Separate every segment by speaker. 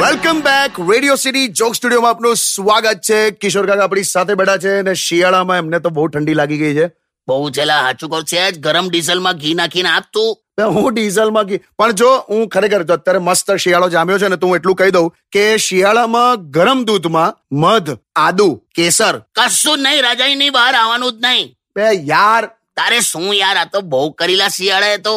Speaker 1: welcome back Radio City joke સ્ટુડિયોમાં આપનું સ્વાગત છે કિશોર કાકા આપણી સાથે બેઠા છે અને શિયાળામાં એમને તો બહુ ઠંડી લાગી ગઈ છે
Speaker 2: બહુ છેલા હાચું કહું છે જ, ગરમ ડીઝલમાં ઘી નાખીને આપતું
Speaker 1: તો હું ડીઝલમાં ઘી પણ જો હું ખરેખર જો અત્યારે મસ્ત શિયાળો જામ્યો છે ને તો હું એટલું કહી દઉં કે શિયાળામાં ગરમ દૂધમાં મધ આદુ કેસર
Speaker 2: કશું જ નહીં રજાઈની બહાર આવવાનું જ નહીં
Speaker 1: બે યાર
Speaker 2: તારે શું યાર આ તો બહુ કરેલા શિયાળા તો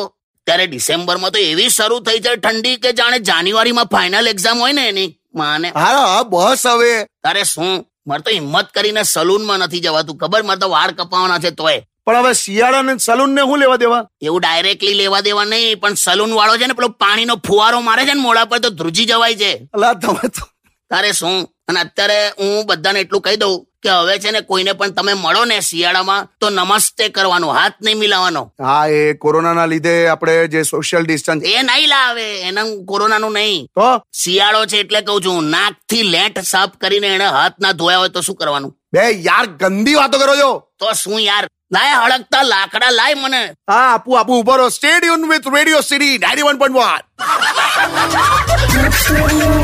Speaker 2: ત્યારે ડિસેમ્બરમાં તો એવી શરૂ થઈ છે ઠંડી કે જાણે જાન્યુઆરીમાં ફાઇનલ એક્ઝામ હોય ને એની માને
Speaker 1: હા હા, બસ હવે
Speaker 2: તારે શું મારે તો હિંમત કરીને સલૂનમાં નથી જવાતું ખબર મારે તો વાળ કપાવાના છે તોય
Speaker 1: પણ હવે શિયાળાને સલૂન ને હું લેવા દેવા
Speaker 2: એવું ડાયરેક્ટલી લેવા દેવા નહીં પણ સલૂન વાળો છે ને પેલો પાણીનો ફુવારો મારે છે ને મોઢા પર તો ધ્રુજી જવાય છે
Speaker 1: અલા તમે તો
Speaker 2: તારે શું અને અત્યારે હું બધાને એટલું કહી દઉં કે હવે છે ને કોઈને પણ તમે મળો ને શિયાળામાં તો નમસ્તે કરવાનો હાથ નહીં મિલાવવાનો
Speaker 1: હા એ કોરોનાના લીધે આપણે જે સોશિયલ ડિસ્ટન્સ
Speaker 2: એ નહીં લાવે એના કોરોનાનું નહીં
Speaker 1: તો
Speaker 2: શિયાળો છે એટલે કહું છું નાકથી લેટ સાફ કરીને એને હાથ ના ધોયા હોય તો શું કરવાનું
Speaker 1: બે યાર ગંદી વાતો કરો છો
Speaker 2: તો શું યાર લાય હળકતા લાકડા લાય મને
Speaker 1: હા આપું આપું ઉભો રહો stadium with radio city ninety one point one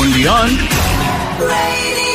Speaker 3: only on
Speaker 4: Radio